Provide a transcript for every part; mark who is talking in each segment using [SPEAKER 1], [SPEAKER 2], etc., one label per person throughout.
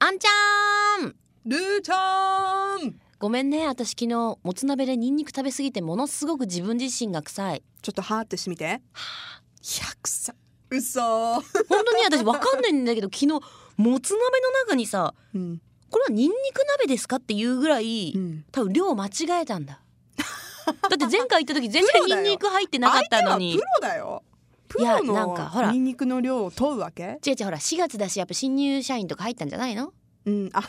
[SPEAKER 1] あんちゃん
[SPEAKER 2] ルーちゃん
[SPEAKER 1] ごめんね私昨日もつ鍋でニンニク食べ過ぎてものすごく自分自身が臭い
[SPEAKER 2] ちょっとはーってしてみて100歳嘘、
[SPEAKER 1] 本当に私わかんないんだけど昨日もつ鍋の中にさ
[SPEAKER 2] うん
[SPEAKER 1] これはニンニク鍋ですかっていうぐらい
[SPEAKER 2] うん、
[SPEAKER 1] 多分量間違えたんだだって前回行った 時全然ニンニク入ってなかったのに
[SPEAKER 2] 相手はプロだよプ
[SPEAKER 1] いや
[SPEAKER 2] ロの
[SPEAKER 1] なんかほら
[SPEAKER 2] ニンニクの量を問うわけ
[SPEAKER 1] 違う違うほら4月だしやっぱ新入社員とか入ったんじゃないの
[SPEAKER 2] うんあ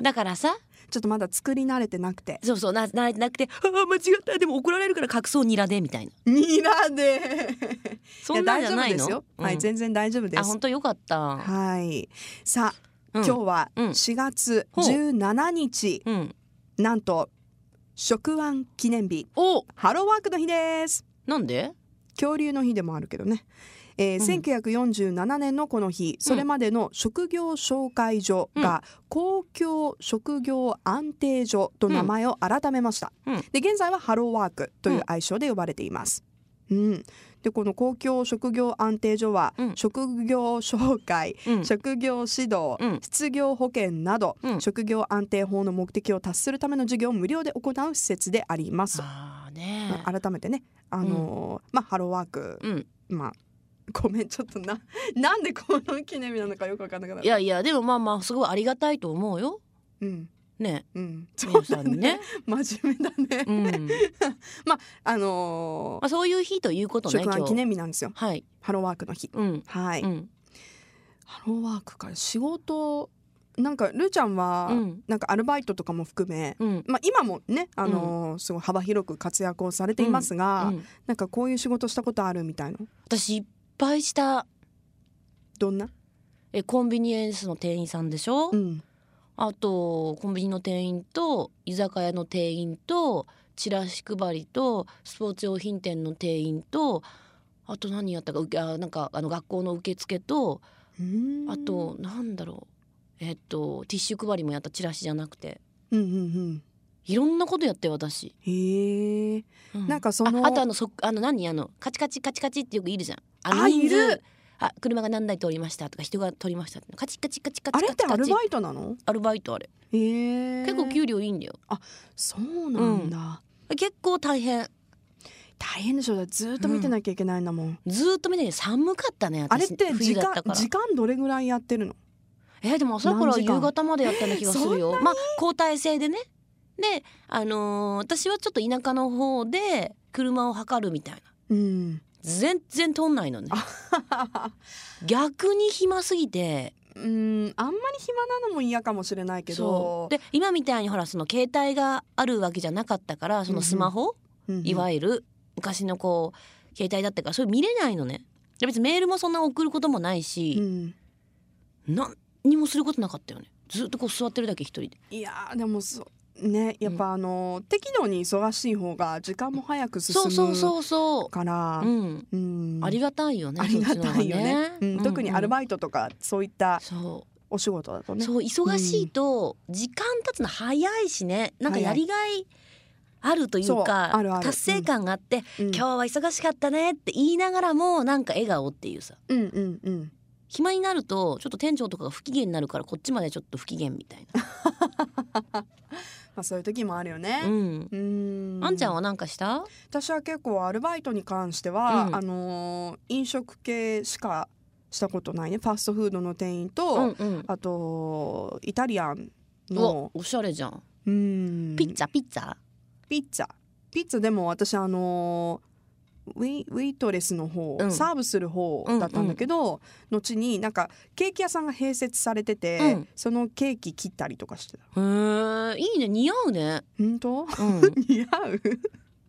[SPEAKER 1] だからさ
[SPEAKER 2] ちょっとまだ作り慣れてな くて
[SPEAKER 1] そうそうな慣れてなくて「ああ間違ったでも怒られるから隠そうニラで」みたいな
[SPEAKER 2] ニラで
[SPEAKER 1] そんなんじゃない
[SPEAKER 2] や大丈夫で
[SPEAKER 1] の
[SPEAKER 2] すよ、は
[SPEAKER 1] う
[SPEAKER 2] い
[SPEAKER 1] ん
[SPEAKER 2] 全然大丈夫で
[SPEAKER 1] あ
[SPEAKER 2] す
[SPEAKER 1] 本当よかった、
[SPEAKER 2] はいさあ、
[SPEAKER 1] うん、
[SPEAKER 2] 今日は
[SPEAKER 1] うん
[SPEAKER 2] 4月
[SPEAKER 1] ほう
[SPEAKER 2] 17日、
[SPEAKER 1] うん
[SPEAKER 2] なんと食腕記念日
[SPEAKER 1] お
[SPEAKER 2] ハローワークの日です
[SPEAKER 1] なんで
[SPEAKER 2] 恐竜の日でもあるけどね、えー1947年のこの日それまでの職業紹介所が公共職業安定所と名前を改めました、
[SPEAKER 1] うん
[SPEAKER 2] で現在はハローワークという愛称で呼ばれています、うん、でこの公共職業安定所は、
[SPEAKER 1] うん
[SPEAKER 2] 職業紹介
[SPEAKER 1] うん
[SPEAKER 2] 職業指導、
[SPEAKER 1] うん
[SPEAKER 2] 失業保険など、
[SPEAKER 1] うん
[SPEAKER 2] 職業安定法の目的を達するための授業を無料で行う施設であります
[SPEAKER 1] ああね
[SPEAKER 2] まあ改めてね、あのーまあ、ハローワーク、
[SPEAKER 1] うん
[SPEAKER 2] まあ、ごめんちょっとな なんでこの記念日なのかよく分かんなくなる
[SPEAKER 1] いやいやでもまあまあすごいありがたいと思うよ
[SPEAKER 2] うん
[SPEAKER 1] ね
[SPEAKER 2] うん、そ
[SPEAKER 1] 皆
[SPEAKER 2] う
[SPEAKER 1] さ
[SPEAKER 2] だ
[SPEAKER 1] んに
[SPEAKER 2] ね
[SPEAKER 1] ね
[SPEAKER 2] 真面目だね、
[SPEAKER 1] うんま
[SPEAKER 2] あの
[SPEAKER 1] あそういう日ということ
[SPEAKER 2] ー、
[SPEAKER 1] ね
[SPEAKER 2] 食
[SPEAKER 1] 今
[SPEAKER 2] 案
[SPEAKER 1] 日
[SPEAKER 2] 記念日なんですよ
[SPEAKER 1] はい
[SPEAKER 2] ハローワークの日
[SPEAKER 1] うん
[SPEAKER 2] はい、
[SPEAKER 1] うん
[SPEAKER 2] ハローワークから仕事なんかルーちゃんは、
[SPEAKER 1] うん
[SPEAKER 2] なんかアルバイトとかも含め
[SPEAKER 1] うん
[SPEAKER 2] まあ、今もね、あのーすごい幅広く活躍をされていますが、
[SPEAKER 1] うん
[SPEAKER 2] なんかこういう仕事したことあるみたいな
[SPEAKER 1] 私いっぱいした
[SPEAKER 2] どんな、
[SPEAKER 1] えコンビニエンスの店員さんでしょ、
[SPEAKER 2] うん、
[SPEAKER 1] あとコンビニの店員と居酒屋の店員とチラシ配りとスポーツ用品店の店員とあと何やったかうけあなんかあの学校の受付と
[SPEAKER 2] うーん
[SPEAKER 1] あとなんだろうえっとティッシュ配りもやったチラシじゃなくて
[SPEAKER 2] うんうんうん
[SPEAKER 1] いろんなことやって私、
[SPEAKER 2] へえ。
[SPEAKER 1] う
[SPEAKER 2] なんかその
[SPEAKER 1] ああとあのそあの何あのカチカチカチカチってよくいるじゃんあの
[SPEAKER 2] あ
[SPEAKER 1] 人数
[SPEAKER 2] いる
[SPEAKER 1] あ車が何台通りましたとか人が通りましたってカチカチカチカチカ
[SPEAKER 2] あ
[SPEAKER 1] チ
[SPEAKER 2] れってア
[SPEAKER 1] カ
[SPEAKER 2] ル
[SPEAKER 1] チ
[SPEAKER 2] バイトなの？
[SPEAKER 1] アルバイトあれ
[SPEAKER 2] へえ。
[SPEAKER 1] 結構給料いいんだよ
[SPEAKER 2] そうなんだ。
[SPEAKER 1] 結構大変
[SPEAKER 2] 大変でしょ。だってずっと見てなきゃいけないんだもん。
[SPEAKER 1] ずーっと見てて寒かったね私
[SPEAKER 2] あれって時
[SPEAKER 1] 冬だっ
[SPEAKER 2] 間
[SPEAKER 1] たから
[SPEAKER 2] 時間どれぐらいやってるの？
[SPEAKER 1] えーでも朝から
[SPEAKER 2] 何時間
[SPEAKER 1] 夕方までやったような気がするよまあ交代制でねであのー私はちょっと田舎の方で車を測るみたいな
[SPEAKER 2] うん。
[SPEAKER 1] 全然通んないのね
[SPEAKER 2] う
[SPEAKER 1] 逆に暇すぎて
[SPEAKER 2] ん。あんまり暇なのも嫌かもしれないけ
[SPEAKER 1] そ
[SPEAKER 2] ど。
[SPEAKER 1] うで今みたいにほらその携帯があるわけじゃなかったからそのスマホ、
[SPEAKER 2] うんうん
[SPEAKER 1] いわゆる昔のこう携帯だったからそれ見れないのねで別にメールもそんな送ることもないし、
[SPEAKER 2] うん。
[SPEAKER 1] 何にもすることなかったよねずっとこう座ってるだけ一人で
[SPEAKER 2] いやーでもそう。ね、やっぱあの、適度に忙しい方が時間も早く進
[SPEAKER 1] そうそう
[SPEAKER 2] む
[SPEAKER 1] そうそ
[SPEAKER 2] から
[SPEAKER 1] う、うん、
[SPEAKER 2] うん
[SPEAKER 1] ありがたいよね
[SPEAKER 2] ありがたいよね
[SPEAKER 1] そっちの方が
[SPEAKER 2] うん特にアル
[SPEAKER 1] イ
[SPEAKER 2] バイトとかそういった
[SPEAKER 1] そ
[SPEAKER 2] お仕事だと
[SPEAKER 1] う
[SPEAKER 2] ね
[SPEAKER 1] そう忙しいと時間経つの早いしねなんかやりがいあるという
[SPEAKER 2] 早いそう
[SPEAKER 1] か
[SPEAKER 2] あるある
[SPEAKER 1] 達成感があって、
[SPEAKER 2] うん
[SPEAKER 1] 今日は忙しかったねって言いながらもなんか笑顔っていうさ
[SPEAKER 2] うんうんうん
[SPEAKER 1] 暇になるとちょっと店長とかが不機嫌になるからこっちまでちょっと不機嫌みたいな
[SPEAKER 2] まあ、そういう時もあるよね。
[SPEAKER 1] うん。
[SPEAKER 2] うーん
[SPEAKER 1] あんちゃんはなんかした？
[SPEAKER 2] 私は結構アルバイトに関しては、
[SPEAKER 1] うん
[SPEAKER 2] あのー飲食系しかしたことないねファストフードの店員と、
[SPEAKER 1] うんうん。
[SPEAKER 2] あとイタリアン
[SPEAKER 1] うわ
[SPEAKER 2] の
[SPEAKER 1] おしゃれじゃん。
[SPEAKER 2] うーん
[SPEAKER 1] ピッツァピッツァ。
[SPEAKER 2] ピッツァピッツァでも私あのーウェイウェイトレスの方、
[SPEAKER 1] うん
[SPEAKER 2] サーブする方だったんだけど、後になんかケーキ屋さんが併設されてて、
[SPEAKER 1] うん
[SPEAKER 2] そのケーキ切ったりとかしてた
[SPEAKER 1] へえいいね似合うね。
[SPEAKER 2] 本当
[SPEAKER 1] うん。
[SPEAKER 2] 似合う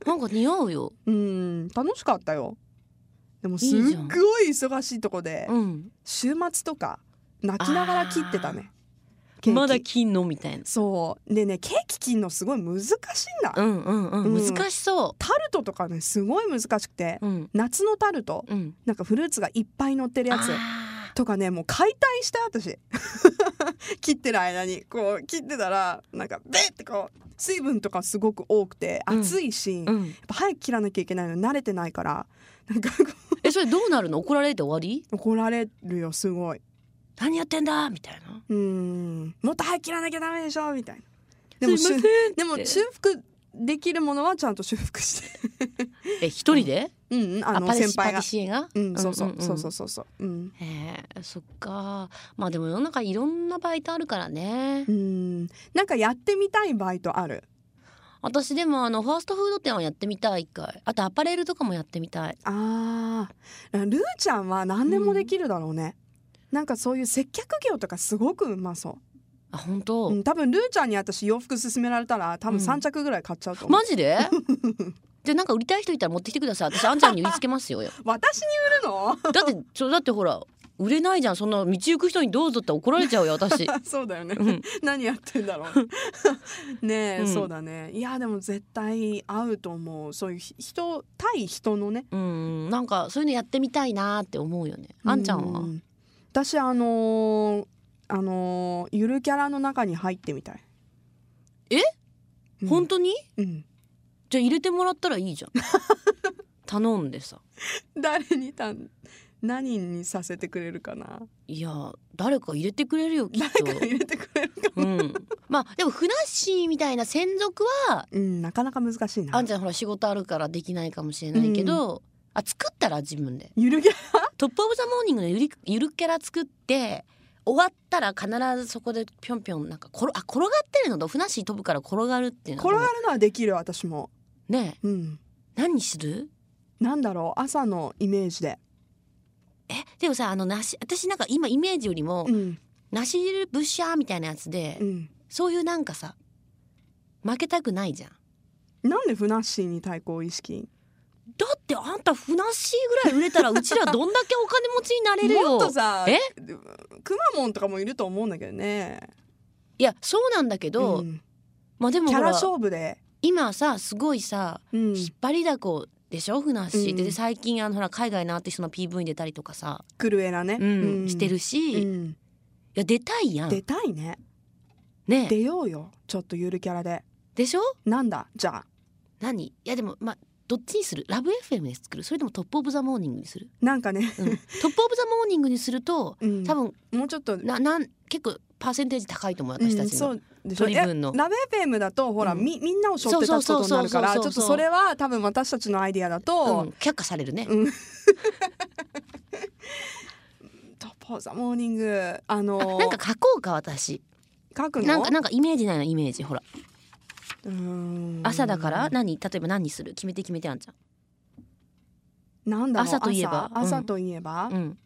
[SPEAKER 1] なんか似合うよ。
[SPEAKER 2] うん楽しかったよでもすっ
[SPEAKER 1] いいじゃん
[SPEAKER 2] ごい忙しいとこで
[SPEAKER 1] うん。
[SPEAKER 2] 週末とか泣きながら切ってたねケーキ
[SPEAKER 1] まだ金のみたいな。
[SPEAKER 2] そうでねケーキ切るのすごい難しいんだ、
[SPEAKER 1] うんうんうん。
[SPEAKER 2] うん
[SPEAKER 1] 難しそ
[SPEAKER 2] タルトとかねすごい難しくて、
[SPEAKER 1] う。うん
[SPEAKER 2] 夏のタルト
[SPEAKER 1] うん。
[SPEAKER 2] なんかフルーツがいっぱい乗ってるやつ
[SPEAKER 1] あ
[SPEAKER 2] とかねもう解体した私 切ってる間にこう切ってたらなんかベッてこう水分とかすごく多くて
[SPEAKER 1] うん
[SPEAKER 2] 暑いし、
[SPEAKER 1] ー。
[SPEAKER 2] やっ
[SPEAKER 1] うん。
[SPEAKER 2] ぱ早く切らなきゃいけないのに慣れてないからなんかこう
[SPEAKER 1] えそれどうなるの？怒られて終わり？
[SPEAKER 2] 怒られるよすごい
[SPEAKER 1] 何やってんだみたいな。
[SPEAKER 2] うーんもっと早く切らなきゃダメでしょみたいな
[SPEAKER 1] で
[SPEAKER 2] で
[SPEAKER 1] も
[SPEAKER 2] も
[SPEAKER 1] すいま
[SPEAKER 2] 修
[SPEAKER 1] せん
[SPEAKER 2] でも修復できるものはちゃんと修復して
[SPEAKER 1] え一人で、
[SPEAKER 2] うん、うん、
[SPEAKER 1] あ
[SPEAKER 2] あの
[SPEAKER 1] パティ
[SPEAKER 2] 先
[SPEAKER 1] シパ
[SPEAKER 2] 輩
[SPEAKER 1] ティ
[SPEAKER 2] が
[SPEAKER 1] シエが、
[SPEAKER 2] うんそうそ
[SPEAKER 1] ん
[SPEAKER 2] うん
[SPEAKER 1] ん
[SPEAKER 2] そうそうそうそううん
[SPEAKER 1] へえそっかまあでも世の中いろんなバイトあるからね
[SPEAKER 2] うんなんかやってみたいバイトある
[SPEAKER 1] 私でもあのファーストフード店はやってみたい一回あとアパレルとかもやってみたい
[SPEAKER 2] あールーちゃんは何でもできるだろうね、なんかそういう接客業とかすごくうまそ
[SPEAKER 1] あ本
[SPEAKER 2] う、
[SPEAKER 1] 当、
[SPEAKER 2] うん、多分ルーちゃんに私洋服勧められたら多分
[SPEAKER 1] うん
[SPEAKER 2] 3着ぐらい買っちゃうと思う、
[SPEAKER 1] マジ でじゃあなんか売りたい人いたら持ってきてください私あんちゃんに売りつけます よ
[SPEAKER 2] 私に売るの
[SPEAKER 1] だってそうだってほら売れないじゃんそんな道行く人にどうぞって怒られちゃうよ 私
[SPEAKER 2] そうだよね、
[SPEAKER 1] うん
[SPEAKER 2] 何やってんだろ うねえ、
[SPEAKER 1] うん
[SPEAKER 2] そうだねいやでも絶対合うと思うそういうひ人対人のね
[SPEAKER 1] うんなんかそういうのやってみたいなって思うよねあんちゃんは
[SPEAKER 2] う私あのーあのーゆるキャラの中に入ってみたい
[SPEAKER 1] え
[SPEAKER 2] うん
[SPEAKER 1] 本当に
[SPEAKER 2] うん
[SPEAKER 1] じゃあ入れてもらったらいいじゃん頼んでさ
[SPEAKER 2] 誰にたん何にさせてくれるかない
[SPEAKER 1] や誰か入れてくれるよきっ
[SPEAKER 2] 誰
[SPEAKER 1] と
[SPEAKER 2] か入れてくれるか
[SPEAKER 1] うんまあでもふなっしーみたいな専属は
[SPEAKER 2] うんなかなか難しいな
[SPEAKER 1] あんちゃんほら仕事あるからできないかもしれないけど、あ作ったら自分で
[SPEAKER 2] ゆるキャ
[SPEAKER 1] 「トップ・オブ・ザ・モーニング」のゆりゆるキャラ作って終わったら必ずそこでぴょんぴょんなんか転あ転がってるのとふなっしー飛ぶから転がるっていう
[SPEAKER 2] ラ
[SPEAKER 1] の
[SPEAKER 2] 転
[SPEAKER 1] と
[SPEAKER 2] がるのはできる私も
[SPEAKER 1] ねえ
[SPEAKER 2] うん
[SPEAKER 1] 何する
[SPEAKER 2] なんだろう朝のイメージで
[SPEAKER 1] えでもさあの梨私なんか今イメージよりも、
[SPEAKER 2] うん
[SPEAKER 1] 梨汁ブッシャーみたいなやつで、
[SPEAKER 2] うん
[SPEAKER 1] そういうなんかさ負けたくないじゃん
[SPEAKER 2] なんでふなっしーに対抗意識
[SPEAKER 1] だってあんたふなっしーぐらい売れ たらうちらどんだけお金持ちになれるよ
[SPEAKER 2] もっとさ
[SPEAKER 1] え
[SPEAKER 2] くまモンとかもいると思うんだけどね
[SPEAKER 1] いやそうなんだけど、
[SPEAKER 2] ん
[SPEAKER 1] まあでも
[SPEAKER 2] キ
[SPEAKER 1] ほ
[SPEAKER 2] ャラ
[SPEAKER 1] ら
[SPEAKER 2] 勝負で
[SPEAKER 1] 今さすごいさ
[SPEAKER 2] うん
[SPEAKER 1] 引っ張りだこでしょふなっしーって、
[SPEAKER 2] うん
[SPEAKER 1] で最近あのほら海外のアーティストの PV に出たりとかさ、
[SPEAKER 2] クルエラね
[SPEAKER 1] うん
[SPEAKER 2] うん
[SPEAKER 1] してるし、
[SPEAKER 2] う
[SPEAKER 1] い
[SPEAKER 2] ん
[SPEAKER 1] や出たいや
[SPEAKER 2] 出
[SPEAKER 1] ん
[SPEAKER 2] たいね
[SPEAKER 1] ね
[SPEAKER 2] 出ようよちょっとゆるキャラで
[SPEAKER 1] でしょ
[SPEAKER 2] なんだじゃあ
[SPEAKER 1] 何いやでもまあどっちにするラブ FM で作るそれともトップ・オブ・ザ・モーニングにする、
[SPEAKER 2] なんかね
[SPEAKER 1] うん、トップ・オブ・ザ・モーニングにすると
[SPEAKER 2] うん
[SPEAKER 1] 多分
[SPEAKER 2] もうちょっと
[SPEAKER 1] ななん結構パーセンテージ高いと思う私たちの、
[SPEAKER 2] うん、そうでしょ
[SPEAKER 1] 取り分の
[SPEAKER 2] えラブ FM だとほら、
[SPEAKER 1] うん
[SPEAKER 2] みみんなを背負って立つことになるからち
[SPEAKER 1] そう
[SPEAKER 2] ょっ
[SPEAKER 1] そうそうそうそう
[SPEAKER 2] とそれは多分私たちのアイディアだ
[SPEAKER 1] うん
[SPEAKER 2] と、
[SPEAKER 1] 却下されるね、
[SPEAKER 2] うんトップオブザモーニングあの
[SPEAKER 1] あなんか書こうか私
[SPEAKER 2] 書くの
[SPEAKER 1] なんかなんかイメージないのイメージほら
[SPEAKER 2] うーん
[SPEAKER 1] 朝だから何例えば何する決めて決めてあんじ
[SPEAKER 2] なんだろう
[SPEAKER 1] 朝といえば
[SPEAKER 2] 朝
[SPEAKER 1] う
[SPEAKER 2] 朝
[SPEAKER 1] ん
[SPEAKER 2] といえば、
[SPEAKER 1] ゃん、うん、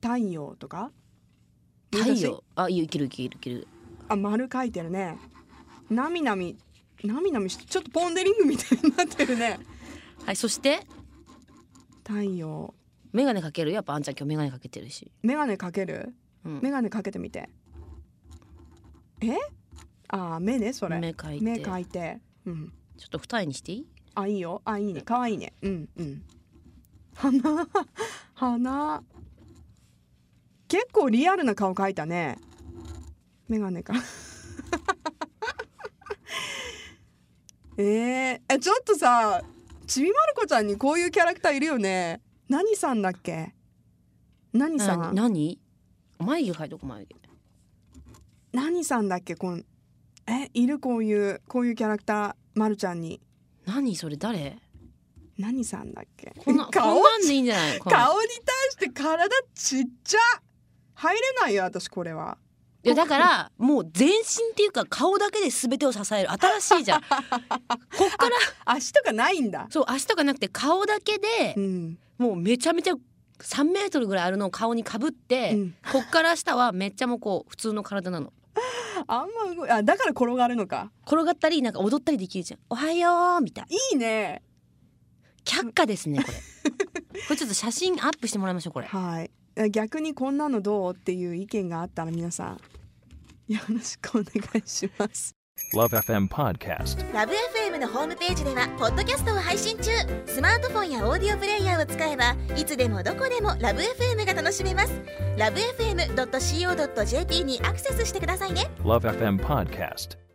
[SPEAKER 2] 太陽とか
[SPEAKER 1] 太陽あいいよいけるいけるいける
[SPEAKER 2] 難しいあ丸書いてるねなみなみなみなみしてちょっとポンデリングみたいになって るね
[SPEAKER 1] はいそして
[SPEAKER 2] 太陽
[SPEAKER 1] 眼鏡かけるやっぱあんちゃん今日眼鏡かけてるし、
[SPEAKER 2] メガネかける
[SPEAKER 1] うん
[SPEAKER 2] メガネかけてみてえあー目ねそれ
[SPEAKER 1] 目描いて
[SPEAKER 2] 目描いてうん
[SPEAKER 1] ちょっと二重にしていい
[SPEAKER 2] あいいよあいいね可愛いねうんうん鼻鼻結構リアルな顔描いたねメガネか えー、えちょっとさちびまる子ちゃんにこういうキャラクターいるよね何さんだっけ何さ
[SPEAKER 1] 何
[SPEAKER 2] ん
[SPEAKER 1] 何眉毛描いとこ眉毛
[SPEAKER 2] 何さんだっけこんえいるこういうこういうキャラクターまるちゃんに
[SPEAKER 1] 何それ誰
[SPEAKER 2] 何さんだっけ
[SPEAKER 1] こんなこん
[SPEAKER 2] 顔
[SPEAKER 1] なんでいいんじゃないこんな
[SPEAKER 2] 顔に対して体ちっちゃ入れないよ私これはい
[SPEAKER 1] やだからもう全身っていうか顔だけで全てを支える新しいじゃんこっから
[SPEAKER 2] 足とかないんだ
[SPEAKER 1] そう足とかなくて顔だけで
[SPEAKER 2] うん、
[SPEAKER 1] もうめちゃめちゃ3メートルぐらいあるのを顔にかぶって、
[SPEAKER 2] うん
[SPEAKER 1] こっから下はめっちゃもうこう普通の体なの
[SPEAKER 2] あんま動いあだから転がるのか
[SPEAKER 1] 転がったりなんか踊ったりできるじゃんおはようみたいない
[SPEAKER 2] いね
[SPEAKER 1] 却下ですねこれこれちょっと写真アップしてもらいましょうこれ
[SPEAKER 2] はい逆にこんなのどうっていう意見があったら皆さんよろしくお願いします。
[SPEAKER 3] Love FM Podcast.
[SPEAKER 4] ラブ f m のホームページではポッドキャストを配信中スマートフォンやオーディオプレイヤーを使えばいつでもどこでもラブ f m が楽しめますラブ FM.co.jp にアクセスしてくださいね
[SPEAKER 3] Love FM Podcast.